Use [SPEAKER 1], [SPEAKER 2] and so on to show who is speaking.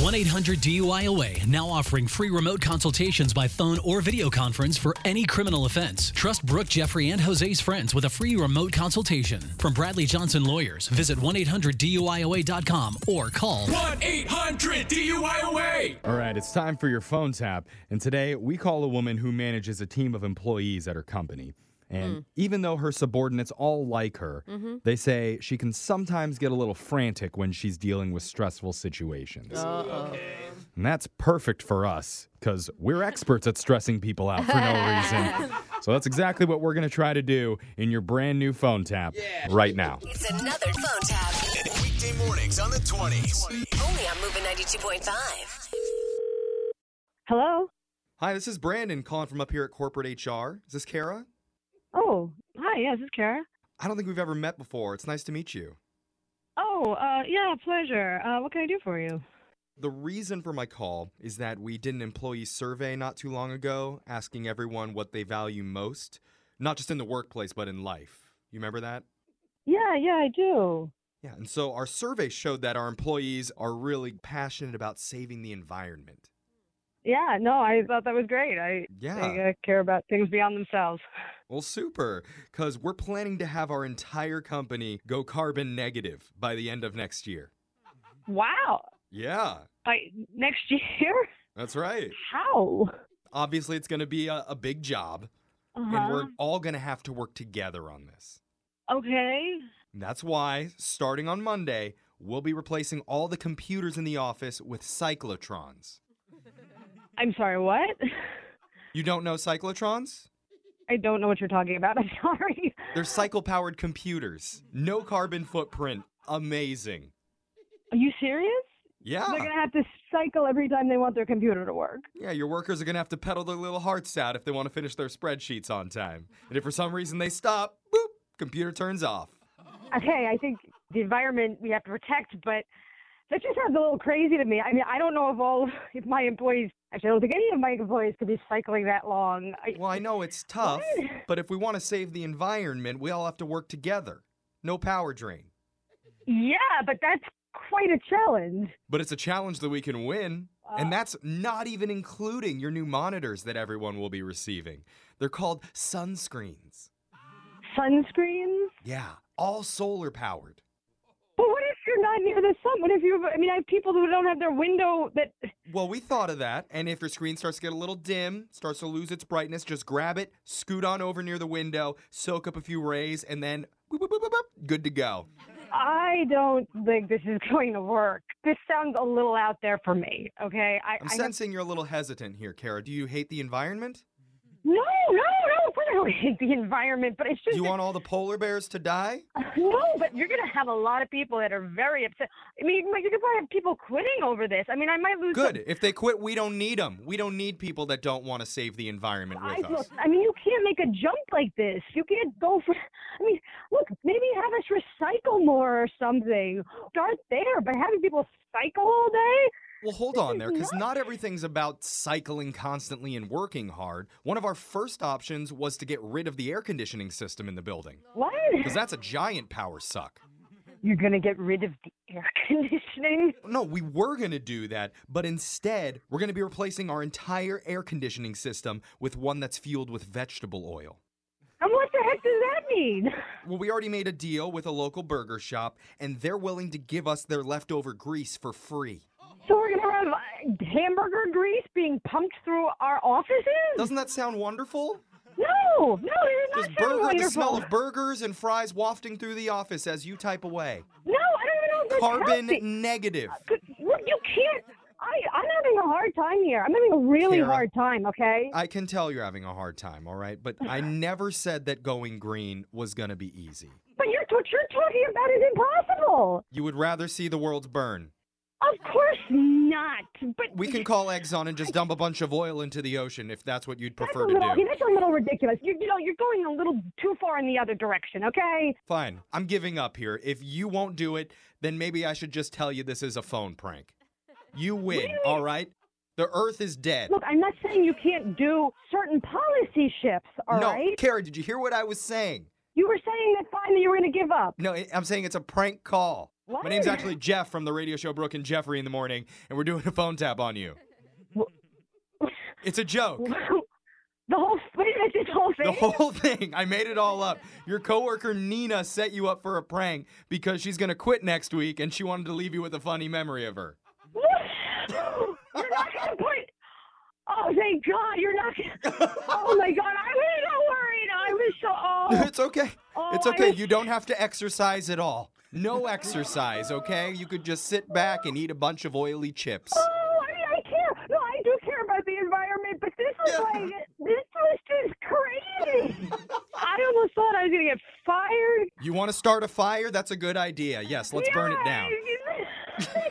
[SPEAKER 1] 1 800 DUIOA now offering free remote consultations by phone or video conference for any criminal offense. Trust Brooke, Jeffrey, and Jose's friends with a free remote consultation. From Bradley Johnson Lawyers, visit 1 800 DUIOA.com or call
[SPEAKER 2] 1 800 DUIOA.
[SPEAKER 3] All right, it's time for your phone tap. And today we call a woman who manages a team of employees at her company. And even though her subordinates all like her, they say she can sometimes get a little frantic when she's dealing with stressful situations. And that's perfect for us because we're experts at stressing people out for no reason. so that's exactly what we're going to try to do in your brand new phone tap right now.
[SPEAKER 4] It's another phone tap.
[SPEAKER 5] Weekday mornings on the 20s.
[SPEAKER 4] Only on Moving 92.5.
[SPEAKER 6] Hello.
[SPEAKER 7] Hi, this is Brandon calling from up here at corporate HR. Is this Kara?
[SPEAKER 6] Oh, hi. Yeah, this is Kara.
[SPEAKER 7] I don't think we've ever met before. It's nice to meet you.
[SPEAKER 6] Oh, uh, yeah, pleasure. Uh, what can I do for you?
[SPEAKER 7] The reason for my call is that we did an employee survey not too long ago asking everyone what they value most, not just in the workplace, but in life. You remember that?
[SPEAKER 6] Yeah, yeah, I do.
[SPEAKER 7] Yeah, and so our survey showed that our employees are really passionate about saving the environment.
[SPEAKER 6] Yeah, no, I thought that was great. I
[SPEAKER 7] Yeah.
[SPEAKER 6] they, uh, care about things beyond themselves.
[SPEAKER 7] Well, super, because we're planning to have our entire company go carbon negative by the end of next year.
[SPEAKER 6] Wow.
[SPEAKER 7] Yeah,
[SPEAKER 6] Like next year?
[SPEAKER 7] that's right.
[SPEAKER 6] How?
[SPEAKER 7] Obviously, it's going to be a, a big job, and
[SPEAKER 6] Uh-huh.
[SPEAKER 7] we're all going to have to work together on this.
[SPEAKER 6] Okay.
[SPEAKER 7] And That's why, starting on Monday, we'll be replacing all the computers in the office with cyclotrons.
[SPEAKER 6] I'm sorry, what?
[SPEAKER 7] You don't know cyclotrons?
[SPEAKER 6] I don't know what you're talking about. I'm sorry.
[SPEAKER 7] They're cycle powered computers, no carbon footprint. Amazing.
[SPEAKER 6] Are you serious? They're
[SPEAKER 7] Yeah.
[SPEAKER 6] going to have to cycle every time they want their computer to work.
[SPEAKER 7] Yeah, your workers are going to have to pedal their little hearts out if they want to finish their spreadsheets on time. And if for some reason they stop, boop, computer turns off.
[SPEAKER 6] Okay, I think the environment we have to protect, but that just sounds a little crazy to me. I mean, I don't know if all if my employees actually I don't think any of my employees could be cycling that long. I,
[SPEAKER 7] Well, I know it's tough, but if we want to save the environment, we all have to work together. No power drain.
[SPEAKER 6] yeah, but that's quite a challenge.
[SPEAKER 7] But it's a challenge that we can win. And that's not even including your new monitors that everyone will be receiving. They're called sunscreens.
[SPEAKER 6] Sunscreens.
[SPEAKER 7] Yeah, all solar powered.
[SPEAKER 6] But what if you're not near the sun? What if you? I mean, I have people who don't have their window. That
[SPEAKER 7] Well, we thought of that. And if your screen starts to get a little dim, starts to lose its brightness, just grab it, scoot on over near the window, soak up a few rays, and then boop, boop, boop, boop, boop, good to go.
[SPEAKER 6] I don't think this is going to work. This sounds a little out there for me. Okay, I,
[SPEAKER 7] I'm
[SPEAKER 6] I have-
[SPEAKER 7] sensing you're a little hesitant here, Kara. Do you hate the environment?
[SPEAKER 6] no, no, no. I don't hate the environment, but it's just
[SPEAKER 7] Do you want all the polar bears to die?
[SPEAKER 6] No, but you're going to have a lot of people that are very upset. I mean, you might- you could probably have people quitting over this. I mean, I might lose.
[SPEAKER 7] Good. If they quit, we don't need them. We don't need people that don't want to save the environment
[SPEAKER 6] I,
[SPEAKER 7] with us.
[SPEAKER 6] look, I mean, you can't make a jump like this. You can't go for. I mean, look, maybe have us recycle more or something. Start there, but having people cycle all day.
[SPEAKER 7] Well, hold
[SPEAKER 6] This
[SPEAKER 7] on
[SPEAKER 6] is
[SPEAKER 7] there, because
[SPEAKER 6] nuts.
[SPEAKER 7] not everything's about cycling constantly and working hard. One of our first options was to get rid of the air conditioning system in the building,
[SPEAKER 6] What?
[SPEAKER 7] because that's a giant power suck.
[SPEAKER 6] You're going to get rid of the air conditioning?
[SPEAKER 7] No, we were going to do that, but instead, we're going to be replacing our entire air conditioning system with one that's fueled with vegetable oil.
[SPEAKER 6] And what the heck does that mean?
[SPEAKER 7] Well, we already made a deal with a local burger shop, and they're willing to give us their leftover grease for free.
[SPEAKER 6] So we're going to have uh, hamburger grease being pumped through our offices?
[SPEAKER 7] Doesn't that sound wonderful?
[SPEAKER 6] no, no, it is not
[SPEAKER 7] Just
[SPEAKER 6] sound
[SPEAKER 7] burger,
[SPEAKER 6] wonderful.
[SPEAKER 7] the smell of burgers and fries wafting through the office as you type away.
[SPEAKER 6] No, I don't even know if that's healthy.
[SPEAKER 7] Carbon negative.
[SPEAKER 6] Good- Look, you can't. I, I'm having a hard time here. I'm having a really
[SPEAKER 7] Kara.
[SPEAKER 6] hard time, okay?
[SPEAKER 7] I can tell you're having a hard time, all right? But I never said that going green was going to be easy.
[SPEAKER 6] But you're, what you're talking about is impossible.
[SPEAKER 7] You would rather see the world burn.
[SPEAKER 6] Of course not. But
[SPEAKER 7] We can call Exxon and just dump a bunch of oil into the ocean if that's what you'd
[SPEAKER 6] that's a
[SPEAKER 7] prefer
[SPEAKER 6] little,
[SPEAKER 7] to
[SPEAKER 6] okay,
[SPEAKER 7] do.
[SPEAKER 6] that's a little ridiculous. You, you know, you're going a little too far in the other direction, okay?
[SPEAKER 7] Fine, I'm giving up here. If you won't do it, then maybe I should just tell you this is a phone prank. You win, all right? The earth is dead.
[SPEAKER 6] Look, I'm not saying you can't do certain policy shifts, All right.
[SPEAKER 7] no, Kara, did you hear what I was saying?
[SPEAKER 6] You were saying that fine that you were going to give up.
[SPEAKER 7] No, I- I'm saying it's a prank call. My
[SPEAKER 6] What?
[SPEAKER 7] name's actually Jeff from the radio show Brooke and Jeffrey in the morning, and we're doing a phone tap on you. It's a joke.
[SPEAKER 6] the whole wait, that's this whole thing.
[SPEAKER 7] The whole thing. I made it all up. Your coworker Nina set you up for a prank because she's going to quit next week and she wanted to leave you with a funny memory of her.
[SPEAKER 6] you're not going to put. Oh, thank God! You're not. Gonna, oh my God! I was so worried. I was so. Oh,
[SPEAKER 7] It's okay.
[SPEAKER 6] Oh,
[SPEAKER 7] It's
[SPEAKER 6] I
[SPEAKER 7] okay.
[SPEAKER 6] was-
[SPEAKER 7] You don't have to exercise at all. No exercise, okay? You could just sit back and eat a bunch of oily chips.
[SPEAKER 6] oh, I mean, I care. No, I do care about the environment, but this was
[SPEAKER 7] Yeah.
[SPEAKER 6] like this was just crazy. I almost thought I was going to get fired.
[SPEAKER 7] You want to start a fire? That's a good idea. Yes, let's burn it down.
[SPEAKER 6] Yes.